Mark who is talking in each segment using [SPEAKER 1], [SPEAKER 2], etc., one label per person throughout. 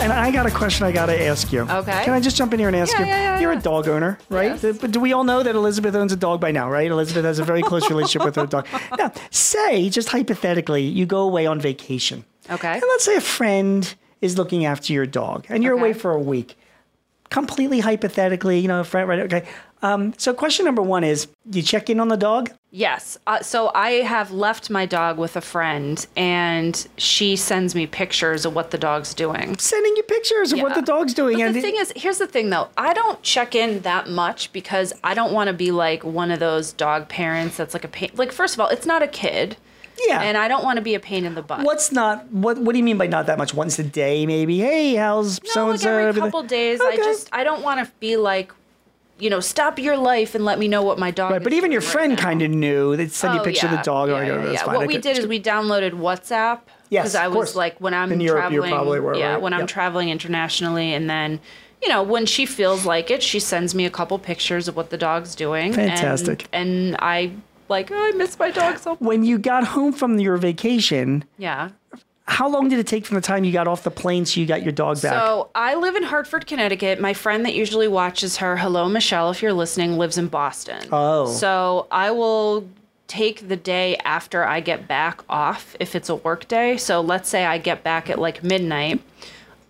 [SPEAKER 1] And I got a question I got to ask you.
[SPEAKER 2] Okay.
[SPEAKER 1] Can I just jump in here and ask
[SPEAKER 2] Yeah,
[SPEAKER 1] you?
[SPEAKER 2] yeah, yeah,
[SPEAKER 1] You're
[SPEAKER 2] yeah.
[SPEAKER 1] a dog owner, right?
[SPEAKER 2] Yes.
[SPEAKER 1] Th- But do we all know that Elizabeth owns a dog by now, right? Elizabeth has a very close relationship with her dog. Now, say, just hypothetically, you go away on vacation.
[SPEAKER 2] Okay.
[SPEAKER 1] And let's say a friend is looking after your dog and you're
[SPEAKER 2] Okay.
[SPEAKER 1] away for a week. Completely hypothetically, you know, a friend, right? Okay. Um, so, question number one is you check in on the dog?
[SPEAKER 2] Yes. Uh, so I have left my dog with a friend, and she sends me pictures of what the dog's doing.
[SPEAKER 1] Sending you pictures of what
[SPEAKER 2] Yeah.
[SPEAKER 1] the dog's doing.
[SPEAKER 2] But
[SPEAKER 1] and
[SPEAKER 2] the thing is, here's the thing though. I don't check in that much because I don't want to be like one of those dog parents that's like a pain. Like, first of all, it's not a kid.
[SPEAKER 1] Yeah.
[SPEAKER 2] And I don't want to be a pain in the butt.
[SPEAKER 1] What's not what? What do you mean by not that much? Once a day, maybe. Hey, how's
[SPEAKER 2] no,
[SPEAKER 1] so and
[SPEAKER 2] like
[SPEAKER 1] so?
[SPEAKER 2] every couple days, I just I don't want to be like, you know, stop your life and let me know what my dog.
[SPEAKER 1] Right, but even your friend kind of knew. They send you a picture of the dog.
[SPEAKER 2] Oh, Yeah,
[SPEAKER 1] or whatever,
[SPEAKER 2] yeah,
[SPEAKER 1] that's
[SPEAKER 2] yeah.
[SPEAKER 1] fine.
[SPEAKER 2] What
[SPEAKER 1] I
[SPEAKER 2] we
[SPEAKER 1] could-
[SPEAKER 2] did is we downloaded WhatsApp.
[SPEAKER 1] Yes,
[SPEAKER 2] because I
[SPEAKER 1] of
[SPEAKER 2] was
[SPEAKER 1] course.
[SPEAKER 2] like when I'm
[SPEAKER 1] In Europe, you
[SPEAKER 2] traveling.
[SPEAKER 1] probably were,
[SPEAKER 2] yeah,
[SPEAKER 1] right?
[SPEAKER 2] when I'm
[SPEAKER 1] Yep.
[SPEAKER 2] traveling internationally, and then you know when she feels like it, she sends me a couple pictures of what the dog's doing. and-
[SPEAKER 1] Fantastic.
[SPEAKER 2] And, I like oh, I miss my dog so. much.
[SPEAKER 1] When you got home from your vacation,
[SPEAKER 2] Yeah.
[SPEAKER 1] how long did it take from the time you got off the plane to you got your dog back?
[SPEAKER 2] So I live in Hartford, Connecticut. My friend that usually watches her, hello Michelle, if you're listening, lives in Boston.
[SPEAKER 1] Oh.
[SPEAKER 2] So I will take the day after I get back off if it's a work day. So let's say I get back at like midnight.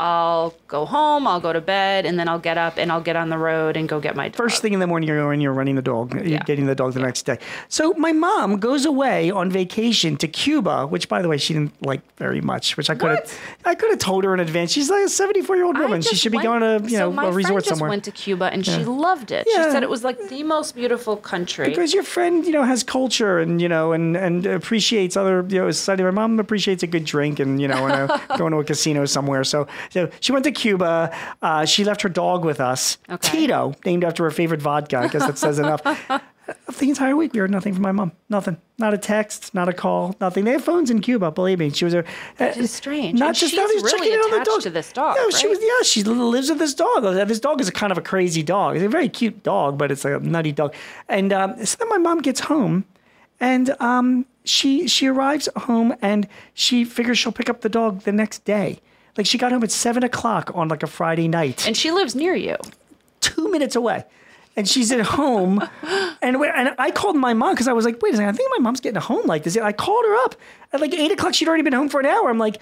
[SPEAKER 2] I'll go home, I'll go to bed, and then I'll get up and I'll get on the road and go get my dog.
[SPEAKER 1] First thing in the morning, you're when you're running the dog, you're getting the dog the next day. So my mom goes away on vacation to Cuba, which by the way she didn't like very much, which I could have,
[SPEAKER 2] What?
[SPEAKER 1] I could have told her in advance. She's like a 74 year old
[SPEAKER 2] I
[SPEAKER 1] woman. She
[SPEAKER 2] just
[SPEAKER 1] should be
[SPEAKER 2] went-
[SPEAKER 1] going to you
[SPEAKER 2] so
[SPEAKER 1] know
[SPEAKER 2] my
[SPEAKER 1] a
[SPEAKER 2] friend
[SPEAKER 1] resort
[SPEAKER 2] just
[SPEAKER 1] somewhere.
[SPEAKER 2] Went to Cuba and she loved it. She
[SPEAKER 1] Yeah.
[SPEAKER 2] said it was like the most beautiful country.
[SPEAKER 1] because your friend, you know, has culture and you know, and and appreciates other you know society. My mom appreciates a good drink and you know, and uh, going to a casino somewhere. So, so she went to Cuba. Uh, she left her dog with us,
[SPEAKER 2] Okay.
[SPEAKER 1] Tito, named after her favorite vodka. I guess that says enough. The entire week, we heard nothing from my mom. Nothing. Not a text. Not a call. Nothing. They have phones in Cuba. Believe me, she was a. uh,
[SPEAKER 2] is strange.
[SPEAKER 1] Not
[SPEAKER 2] And
[SPEAKER 1] just
[SPEAKER 2] she's
[SPEAKER 1] that, he's
[SPEAKER 2] really
[SPEAKER 1] checking in on the
[SPEAKER 2] attached
[SPEAKER 1] dog.
[SPEAKER 2] to this dog,
[SPEAKER 1] Yeah, she
[SPEAKER 2] right?
[SPEAKER 1] was. Yeah, she lives with this dog. This dog is a kind of a crazy dog. It's a very cute dog, but it's like a nutty dog. And um, so then my mom gets home, and um, she she arrives home and she figures she'll pick up the dog the next day. Like she got home at seven o'clock on like a Friday night,
[SPEAKER 2] and she lives near you.
[SPEAKER 1] two minutes away. And she's at home, and we- and I called my mom because I was like, wait a second, I think my mom's getting home like this. And I called her up at like eight o'clock. She'd already been home for an hour. I'm like,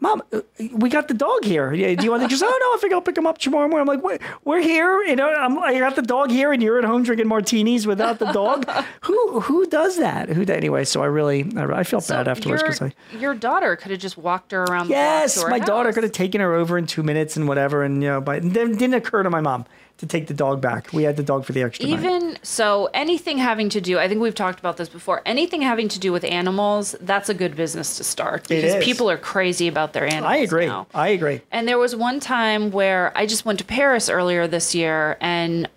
[SPEAKER 1] mom, uh, we got the dog here. Yeah, Do you want to? She's oh no, I think I'll pick him up tomorrow morning. I'm like, "Wait, we're here. You know, I'm, I got the dog here, and you're at home drinking martinis without the dog. who who does that? Who anyway? So I really I, I felt bad afterwards because
[SPEAKER 2] your,
[SPEAKER 1] I
[SPEAKER 2] your daughter could have just walked her around. the
[SPEAKER 1] Yes,
[SPEAKER 2] block to her
[SPEAKER 1] my daughter
[SPEAKER 2] house.
[SPEAKER 1] could have taken her over in two minutes and whatever, and you know, but it didn't didn't occur to my mom to take the dog back. We had the dog for the extra night.
[SPEAKER 2] Even so, anything having to do, I think we've talked about this before, anything having to do with animals, that's a good business to start because
[SPEAKER 1] is.
[SPEAKER 2] people are crazy about their animals.
[SPEAKER 1] I agree.
[SPEAKER 2] now.
[SPEAKER 1] I agree.
[SPEAKER 2] And there was one time where I just went to Paris earlier this year and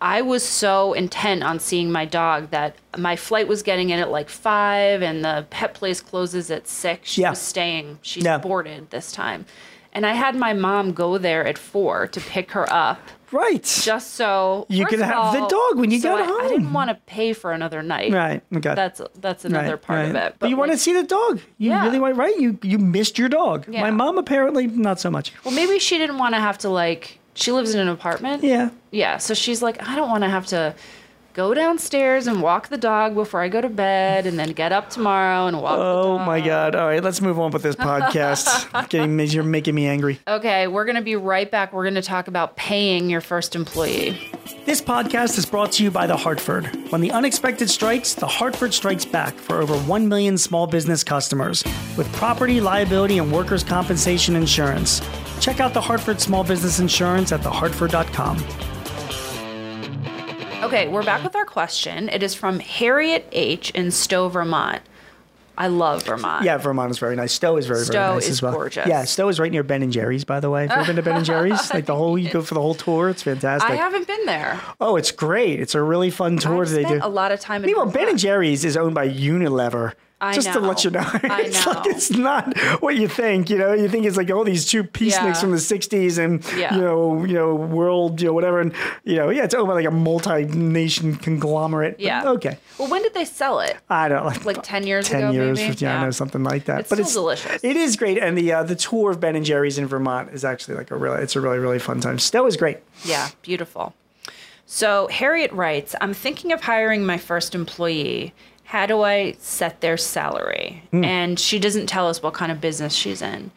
[SPEAKER 2] I was so intent on seeing my dog that my flight was getting in at like five and the pet place closes at six. She
[SPEAKER 1] Yeah.
[SPEAKER 2] was staying. She's
[SPEAKER 1] Yeah.
[SPEAKER 2] boarded this time. And I had my mom go there at four to pick her up
[SPEAKER 1] Right.
[SPEAKER 2] just so
[SPEAKER 1] You
[SPEAKER 2] first
[SPEAKER 1] can
[SPEAKER 2] of
[SPEAKER 1] have the
[SPEAKER 2] all,
[SPEAKER 1] dog when you
[SPEAKER 2] so
[SPEAKER 1] got
[SPEAKER 2] I, I didn't
[SPEAKER 1] home.
[SPEAKER 2] want to pay for another night.
[SPEAKER 1] right. Okay.
[SPEAKER 2] That's that's
[SPEAKER 1] Right,
[SPEAKER 2] another part of
[SPEAKER 1] right.
[SPEAKER 2] it.
[SPEAKER 1] But, you want to
[SPEAKER 2] like,
[SPEAKER 1] see the dog. You
[SPEAKER 2] Yeah.
[SPEAKER 1] really want right? You you missed your dog.
[SPEAKER 2] Yeah.
[SPEAKER 1] My mom apparently not so much.
[SPEAKER 2] Well, maybe she didn't want to have to like. She lives in an apartment.
[SPEAKER 1] Yeah.
[SPEAKER 2] Yeah. So she's like, I don't want to have to go downstairs and walk the dog before I go to bed, and then get up tomorrow and walk.
[SPEAKER 1] Oh my God. All right, let's move on with this podcast. Getting you're making me angry.
[SPEAKER 2] the- okay, we're gonna be right back. We're gonna talk about paying your first employee.
[SPEAKER 1] This podcast is brought to you by The Hartford. When the unexpected strikes, The Hartford strikes back for over 1 million small business customers with property, liability, and workers' compensation insurance. Check out The Hartford Small Business Insurance at thehartford.com.
[SPEAKER 2] Okay, we're back with our question. It is from Harriet H. in Stowe, Vermont. I love Vermont.
[SPEAKER 1] Yeah, Vermont is very nice. Stowe is very, very
[SPEAKER 2] Stowe
[SPEAKER 1] nice
[SPEAKER 2] is
[SPEAKER 1] as well.
[SPEAKER 2] gorgeous.
[SPEAKER 1] Yeah, Stowe is right near Ben and Jerry's, by the way. Have you ever been to Ben and Jerry's? Like the whole, you go for the whole tour. It's fantastic.
[SPEAKER 2] I haven't been there.
[SPEAKER 1] oh, it's great. It's a really fun tour
[SPEAKER 2] I've
[SPEAKER 1] that they
[SPEAKER 2] spent
[SPEAKER 1] do.
[SPEAKER 2] a lot of time in
[SPEAKER 1] Meanwhile,
[SPEAKER 2] Vermont.
[SPEAKER 1] Ben and Jerry's is owned by Unilever.
[SPEAKER 2] I
[SPEAKER 1] just to
[SPEAKER 2] know.
[SPEAKER 1] let you know,
[SPEAKER 2] I
[SPEAKER 1] it's like
[SPEAKER 2] know.
[SPEAKER 1] it's not what you think. You know, you think it's like all these two peaceniks
[SPEAKER 2] Yeah.
[SPEAKER 1] from the '60s and
[SPEAKER 2] Yeah.
[SPEAKER 1] you know, you know, world, you know, whatever, and you know, yeah, it's owned by like a multi-nation conglomerate. but
[SPEAKER 2] Yeah.
[SPEAKER 1] okay,
[SPEAKER 2] Well, when did they sell it?
[SPEAKER 1] I don't like
[SPEAKER 2] Like 10 years
[SPEAKER 1] ten
[SPEAKER 2] ago,
[SPEAKER 1] years,
[SPEAKER 2] maybe?
[SPEAKER 1] 15, I know something like that.
[SPEAKER 2] It's
[SPEAKER 1] but
[SPEAKER 2] still
[SPEAKER 1] it's
[SPEAKER 2] delicious.
[SPEAKER 1] It is great, and the uh, the tour of Ben and Jerry's in Vermont is actually like a really, it's a really really fun time. Stowe is great.
[SPEAKER 2] Yeah, beautiful. So Harriet writes, I'm thinking of hiring my first employee. How do I set their salary?
[SPEAKER 1] Hmm.
[SPEAKER 2] And she doesn't tell us what kind of business she's in.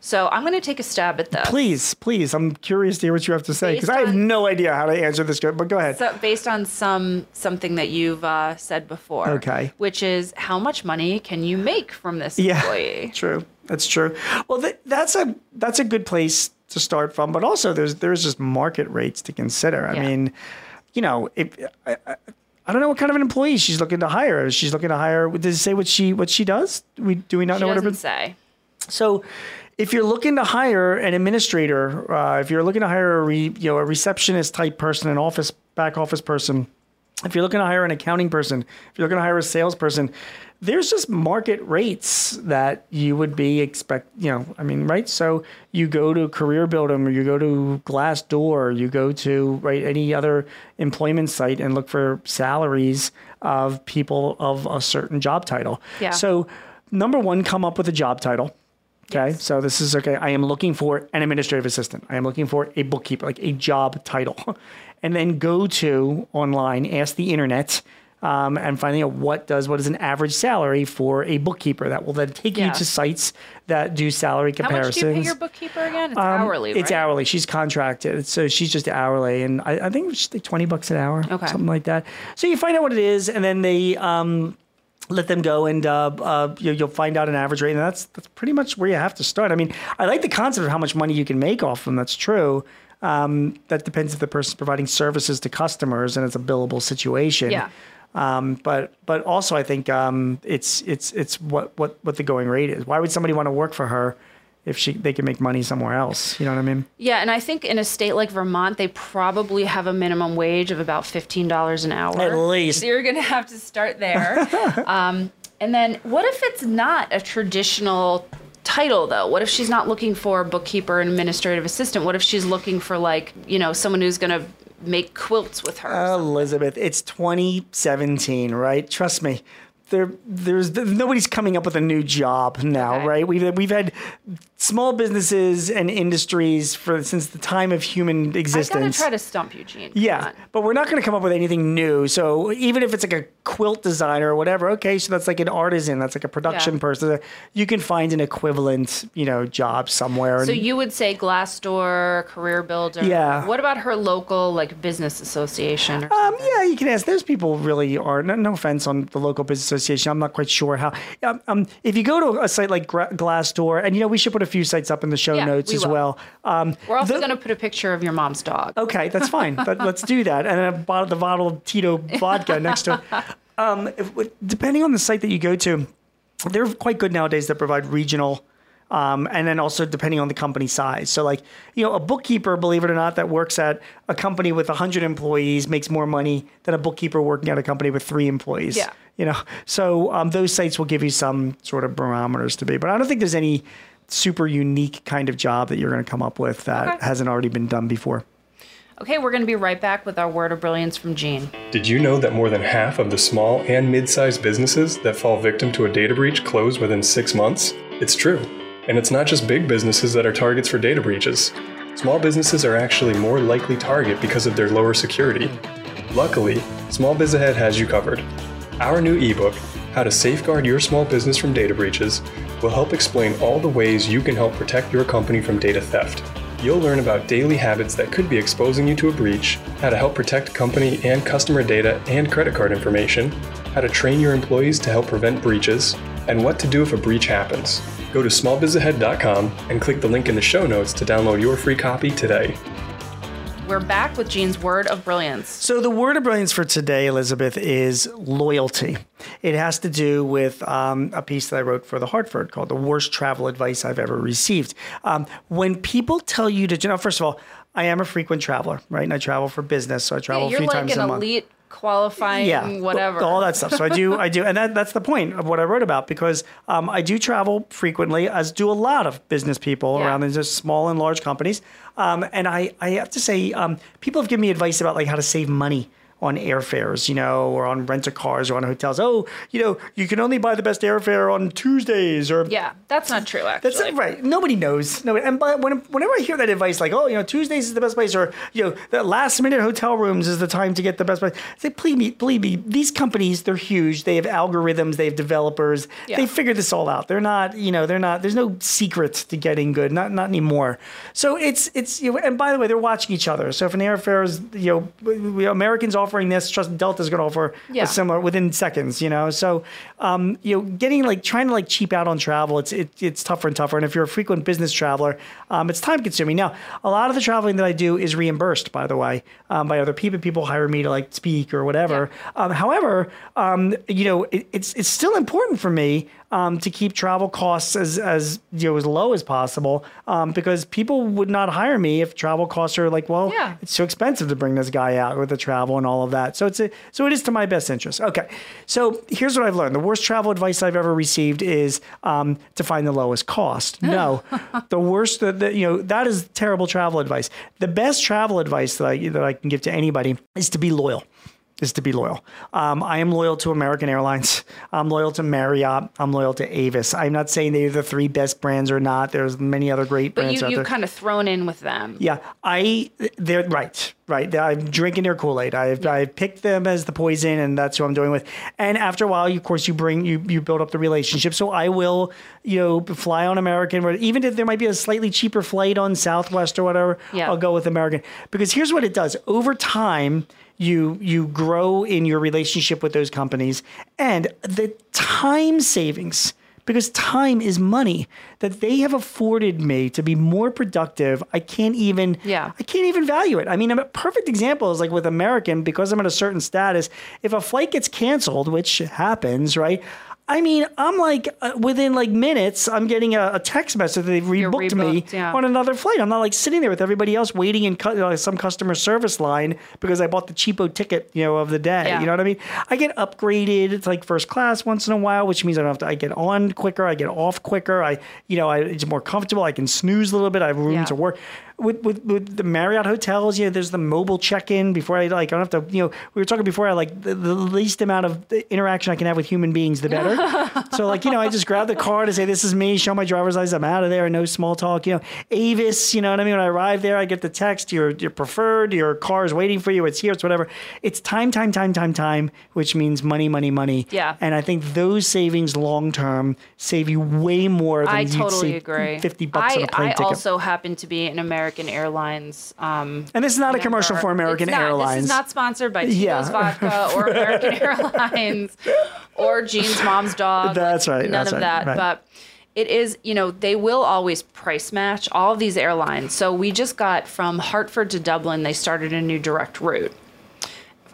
[SPEAKER 2] So I'm going to take a stab at this.
[SPEAKER 1] Please, please, I'm curious to hear what you have to say because
[SPEAKER 2] Based
[SPEAKER 1] I have
[SPEAKER 2] on-
[SPEAKER 1] no idea how to answer this. But go ahead.
[SPEAKER 2] So based on some something that you've uh, said before,
[SPEAKER 1] Okay.
[SPEAKER 2] which is how much money can you make from this employee?
[SPEAKER 1] True. That's true. Well, th- that's a that's a good place to start from, but also there's there's just market rates to consider. I
[SPEAKER 2] Yeah.
[SPEAKER 1] mean, you know, if I, I, I don't know what kind of an employee she's looking to hire. She's looking to hire. Does it say what she what she does? Do we do we not
[SPEAKER 2] She
[SPEAKER 1] know what her
[SPEAKER 2] doesn't say.
[SPEAKER 1] so, if you're looking to hire an administrator, uh, if you're looking to hire a re, you know a receptionist type person, an office back office person, if you're looking to hire an accounting person, if you're looking to hire a salesperson, there's just market rates that you would be expect. You know, I mean, right? So you go to Career Building or you go to Glassdoor, you go to right any other employment site and look for salaries of people of a certain job title.
[SPEAKER 2] Yeah.
[SPEAKER 1] So number one, come up with a job title. Okay. So this is okay. I am looking for an administrative assistant. I am looking for a bookkeeper, like a job title. And then go to online, ask the internet, um, and finding out what does what is an average salary for a bookkeeper. That will then take
[SPEAKER 2] Yeah.
[SPEAKER 1] you to sites that do salary
[SPEAKER 2] How much
[SPEAKER 1] comparisons.
[SPEAKER 2] do you pay your bookkeeper again? It's
[SPEAKER 1] Um,
[SPEAKER 2] hourly,
[SPEAKER 1] It's
[SPEAKER 2] right?
[SPEAKER 1] hourly. She's contracted, so she's just hourly, and I, I think it's just like twenty bucks an hour,
[SPEAKER 2] Okay.
[SPEAKER 1] something like that. So you find out what it is, and then they um, let them go, and uh, uh, you, you'll find out an average rate, and that's that's pretty much where you have to start. I mean, I like the concept of how much money you can make off them. That's true. Um, that depends if the person's providing services to customers and it's a billable situation.
[SPEAKER 2] Yeah.
[SPEAKER 1] Um, but but also I think um, it's it's it's what, what what the going rate is. Why would somebody want to work for her if she they can make money somewhere else? You know what I mean?
[SPEAKER 2] Yeah, and I think in a state like Vermont, they probably have a minimum wage of about fifteen dollars an hour
[SPEAKER 1] At least.
[SPEAKER 2] So you're gonna have to start there. um, and then, what if it's not a traditional title though? What if she's not looking for a bookkeeper and administrative assistant? What if she's looking for like you know someone who's gonna make quilts with
[SPEAKER 1] Uh,
[SPEAKER 2] her?
[SPEAKER 1] Elizabeth, it's 2017, right? Trust me. There, there's nobody's coming up with a new job now,
[SPEAKER 2] Okay.
[SPEAKER 1] right? We've we've had small businesses and industries for since the time of
[SPEAKER 2] I
[SPEAKER 1] human
[SPEAKER 2] gotta
[SPEAKER 1] existence.
[SPEAKER 2] try to stump Eugene. Come
[SPEAKER 1] Yeah,
[SPEAKER 2] on.
[SPEAKER 1] but we're not going to come up with anything new. So even if it's like a quilt designer or whatever, okay, so that's like an artisan, that's like a production
[SPEAKER 2] Yeah.
[SPEAKER 1] person. You can find an equivalent, you know, job somewhere.
[SPEAKER 2] So
[SPEAKER 1] and-
[SPEAKER 2] you would say Glassdoor, Career Builder.
[SPEAKER 1] Um, Yeah.
[SPEAKER 2] What about her local like business association? Or
[SPEAKER 1] Um, yeah, you can ask. Those people really are. No, no offense on the local business association. I'm not quite sure how. Um, um, if you go to a site like Gra- Glassdoor, and you know, we should put a few sites up in the show
[SPEAKER 2] Yeah,
[SPEAKER 1] notes
[SPEAKER 2] we
[SPEAKER 1] as
[SPEAKER 2] will.
[SPEAKER 1] well. Um,
[SPEAKER 2] We're also
[SPEAKER 1] the-
[SPEAKER 2] going to put a picture of your mom's dog.
[SPEAKER 1] Okay, that's fine. But let's do that. And then a bottle, the bottle of Tito vodka next to it. Um, if- depending on the site that you go to, they're quite good nowadays that provide regional. Um, and then also depending on the company size. So, like, you know, a bookkeeper, believe it or not, that works at a company with 100 employees makes more money than a bookkeeper working at a company with three employees.
[SPEAKER 2] Yeah.
[SPEAKER 1] You know, so um, those sites will give you some sort of barometers to be. But I don't think there's any super unique kind of job that you're going to come up with that
[SPEAKER 2] Okay.
[SPEAKER 1] hasn't already been done before.
[SPEAKER 2] Okay, we're going to be right back with our word of brilliance from Gene.
[SPEAKER 3] Did you know that more than half of the small and mid sized businesses that fall victim to a data breach close within six months? It's true. And it's not just big businesses that are targets for data breaches. Small businesses are actually more likely target because of their lower security. Luckily, Small Biz Ahead has you covered. Our new ebook, How to Safeguard Your Small Business from Data Breaches, will help explain all the ways you can help protect your company from data theft. You'll learn about daily habits that could be exposing you to a breach, how to help protect company and customer data and credit card information, how to train your employees to help prevent breaches, and what to do if a breach happens. Go to smallbizahead.com and click the link in the show notes to download your free copy today.
[SPEAKER 2] We're back with Jean's word of brilliance.
[SPEAKER 1] So the word of brilliance for today, Elizabeth, is loyalty. It has to do with um, a piece that I wrote for the Hartford called "The Worst Travel Advice I've Ever Received." Um, when people tell you to, you know, first of all, I am a frequent traveler, right? And I travel for business, so I travel
[SPEAKER 2] You're
[SPEAKER 1] three
[SPEAKER 2] like
[SPEAKER 1] times
[SPEAKER 2] an
[SPEAKER 1] a month.
[SPEAKER 2] elite qualifying
[SPEAKER 1] th-
[SPEAKER 2] whatever.
[SPEAKER 1] all that stuff. So I do, I do, and that, that's the point of what I wrote about because um, I do travel frequently, as do a lot of business people
[SPEAKER 2] Yeah.
[SPEAKER 1] around in just small and large companies. Um, and I, I have to say, um, people have given me advice about like how to save money on airfares, you know, or on rental cars or on hotels. Oh, you know, you can only buy the best airfare on Tuesdays or
[SPEAKER 2] Yeah, that's not true. Actually,
[SPEAKER 1] that's it, right. Nobody knows. No, and but when, whenever I hear that advice, like, oh, you know, Tuesdays is the best place, or you know, the last minute hotel rooms is the time to get the best place. Say, please me, please me. These companies, they're huge. They have algorithms. They have developers.
[SPEAKER 2] Yeah.
[SPEAKER 1] They figure this all out. They're not, you know, they're not. There's no secrets to getting good. Not not anymore. So it's it's. You know, and by the way, they're watching each other. So if an airfare is, you know, w- w- Americans offering this, trust Delta's going to offer
[SPEAKER 2] Yeah.
[SPEAKER 1] a similar within seconds. You know, so um, you know, getting like trying to like cheap out on travel, it's it, it's tougher and tougher. And if you're a frequent business traveler, um, it's time consuming. Now, a lot of the traveling that I do is reimbursed, by the way, um, by other people. People hire me to like speak or whatever. Um, however, um, you know, it, it's it's still important for me um, to keep travel costs as as you know as low as possible um, because people would not hire me if travel costs are like well
[SPEAKER 2] Yeah.
[SPEAKER 1] it's too expensive to bring this guy out with the travel and all of that. So it's a, so it is to my best interest. Okay, so here's what I've learned: the worst travel advice I've ever received is um, to find the lowest cost. No, the worst that that, you know that is terrible travel advice. The best travel advice that I that I can give to anybody is to be loyal. Is to be loyal. Um, I am loyal to American Airlines. I'm loyal to Marriott. I'm loyal to Avis. I'm not saying they're the three best brands or not. There's many other great
[SPEAKER 2] but
[SPEAKER 1] brands
[SPEAKER 2] you
[SPEAKER 1] out
[SPEAKER 2] you
[SPEAKER 1] there.
[SPEAKER 2] kind of thrown in with them.
[SPEAKER 1] Yeah, I they're right, right. I'm drinking their Kool Aid. I've I've picked them as the poison, and that's who I'm doing with. And after a while, you, of course, you bring you you build up the relationship. So I will, you know, fly on American, or even if there might be a slightly cheaper flight on Southwest or whatever,
[SPEAKER 2] Yeah.
[SPEAKER 1] I'll go with American because here's what it does over time. You you grow in your relationship with those companies, and the time savings because time is money that they have afforded me to be more productive i can't even
[SPEAKER 2] Yeah.
[SPEAKER 1] i can't even value it i mean a perfect example is like with american because i'm at a certain status if a flight gets canceled which happens right i mean i'm like uh, within like minutes i'm getting a, a text message that they've rebooked, me
[SPEAKER 2] rebooked, yeah.
[SPEAKER 1] on another flight i'm not like sitting there with everybody else waiting in cu- uh, some customer service line because i bought the cheapo ticket you know of the day
[SPEAKER 2] Yeah.
[SPEAKER 1] you know what I mean? I get upgraded. It's like first class once in a while, which means I don't have to. I get on quicker. I get off quicker. I, you know, I, it's more comfortable. I can snooze a little bit. I have room
[SPEAKER 2] Yeah.
[SPEAKER 1] to work. With, with with the Marriott hotels, you know, there's the mobile check-in before I like. I don't have to. You know, we were talking before. I like the, the least amount of the interaction I can have with human beings, the better. so like, you know, I just grab the car to say this is me. Show my driver's license. I'm out of there. No small talk. You know, Avis. You know what I mean? When I arrive there, I get the text. Your your preferred. Your car is waiting for you. It's here. It's whatever. It's time, time, time, time, time, which means money, money, money.
[SPEAKER 2] Yeah.
[SPEAKER 1] And I think those savings long term save you way more than
[SPEAKER 2] I
[SPEAKER 1] you'd
[SPEAKER 2] totally
[SPEAKER 1] save
[SPEAKER 2] agree.
[SPEAKER 1] fifty bucks
[SPEAKER 2] I,
[SPEAKER 1] on a plane
[SPEAKER 2] I
[SPEAKER 1] ticket.
[SPEAKER 2] also happen to be an American Airlines. Um,
[SPEAKER 1] and this is not a commercial
[SPEAKER 2] member.
[SPEAKER 1] for American
[SPEAKER 2] It's not.
[SPEAKER 1] Airlines.
[SPEAKER 2] This is not sponsored by Tito's
[SPEAKER 1] Yeah.
[SPEAKER 2] Vodka or American Airlines or Jean's mom's dog.
[SPEAKER 1] That's right,
[SPEAKER 2] None
[SPEAKER 1] that's
[SPEAKER 2] of
[SPEAKER 1] right,
[SPEAKER 2] that.
[SPEAKER 1] right.
[SPEAKER 2] But it is, you know, they will always price match all of these airlines. So we just got from Hartford to Dublin. They started a new direct route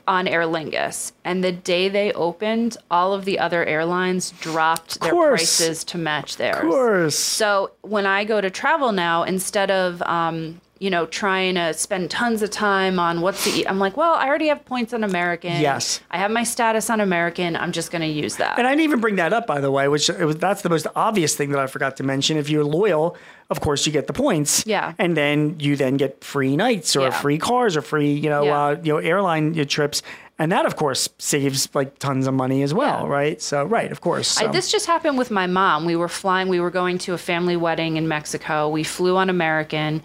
[SPEAKER 2] on Aer Lingus, and the day they opened, all of the other airlines dropped their
[SPEAKER 1] course.
[SPEAKER 2] prices to match theirs.
[SPEAKER 1] of course.
[SPEAKER 2] So when I go to travel now, instead of um, you know trying to spend tons of time on what's the, I'm like, well, I already have points on American.
[SPEAKER 1] Yes.
[SPEAKER 2] I have my status on American. I'm just going to use that.
[SPEAKER 1] And I didn't even bring that up, by the way, which it was, that's the most obvious thing that I forgot to mention. If you're loyal, of course, you get the points.
[SPEAKER 2] Yeah.
[SPEAKER 1] And then you then get free nights or
[SPEAKER 2] Yeah.
[SPEAKER 1] free cars or free, you know,
[SPEAKER 2] Yeah.
[SPEAKER 1] uh, you know, airline uh, trips. And that, of course, saves like tons of money as well,
[SPEAKER 2] Yeah.
[SPEAKER 1] right? So, right, of course.
[SPEAKER 2] I-
[SPEAKER 1] so.
[SPEAKER 2] this just happened with my mom. We were flying, we were going to a family wedding in Mexico. We flew on American.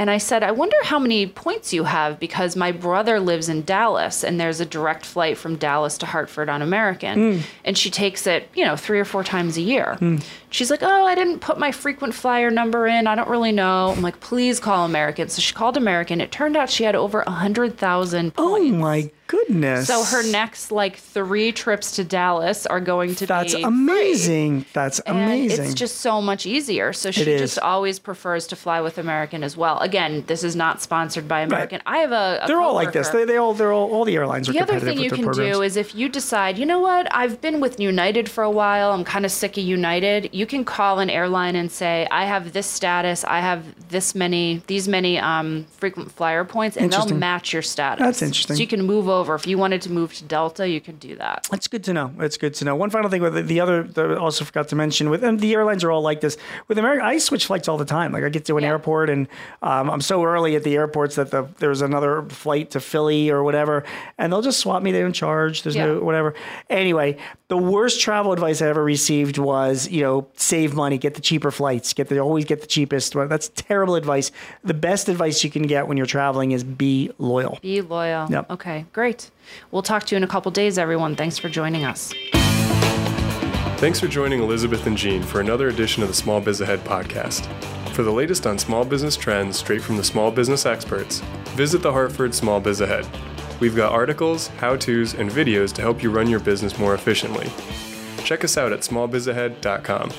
[SPEAKER 2] And I said, I wonder how many points you have because my brother lives in Dallas and there's a direct flight from Dallas to Hartford on American.
[SPEAKER 1] Hmm.
[SPEAKER 2] And she takes it, you know, three or four times a year. She's like, Oh, I didn't put my frequent flyer number in. I don't really know. I'm like, Please call American. So she called American. It turned out she had over 100,000 points.
[SPEAKER 1] oh my goodness.
[SPEAKER 2] So her next like three trips to Dallas are going to
[SPEAKER 1] That's
[SPEAKER 2] be
[SPEAKER 1] amazing. That's
[SPEAKER 2] and
[SPEAKER 1] amazing.
[SPEAKER 2] It's just so much easier. So she
[SPEAKER 1] is.
[SPEAKER 2] just always prefers to fly with American as well. Again, this is not sponsored by American. I have a, a
[SPEAKER 1] they're all like this.
[SPEAKER 2] coworker-
[SPEAKER 1] They, they all they're all all the airlines are
[SPEAKER 2] the other
[SPEAKER 1] competitive
[SPEAKER 2] thing
[SPEAKER 1] with
[SPEAKER 2] you
[SPEAKER 1] their
[SPEAKER 2] can
[SPEAKER 1] programs.
[SPEAKER 2] do is if you decide, you know what, I've been with United for a while, I'm kind of sick of United, you can call an airline and say, I have this status, I have this many, these many um, frequent flyer points, and they'll
[SPEAKER 1] Interesting.
[SPEAKER 2] match your status.
[SPEAKER 1] That's interesting.
[SPEAKER 2] So you can move over. If you wanted to move to Delta, you could do that.
[SPEAKER 1] That's good to know. That's good to know. One final thing with the, the other that I also forgot to mention with and the airlines are all like this. With America, I switch flights all the time. Like I get to an
[SPEAKER 2] Yeah.
[SPEAKER 1] airport and um, I'm so early at the airports that the, there's another flight to Philly or whatever, and they'll just swap me. They don't charge. There's no
[SPEAKER 2] Yeah.
[SPEAKER 1] whatever. Anyway, the worst travel advice I ever received was you know save money, get the cheaper flights, get the always get the cheapest. Well, that's terrible advice. The best advice you can get when you're traveling is be loyal.
[SPEAKER 2] Be loyal.
[SPEAKER 1] Yep.
[SPEAKER 2] Okay, great. We'll talk to you in a couple days, everyone. Thanks for joining us.
[SPEAKER 3] Thanks for joining Elizabeth and Jean for another edition of the Small Biz Ahead podcast. For the latest on small business trends straight from the small business experts, visit the Hartford Small Biz Ahead. We've got articles, how to's, and videos to help you run your business more efficiently. Check us out at smallbizahead.com.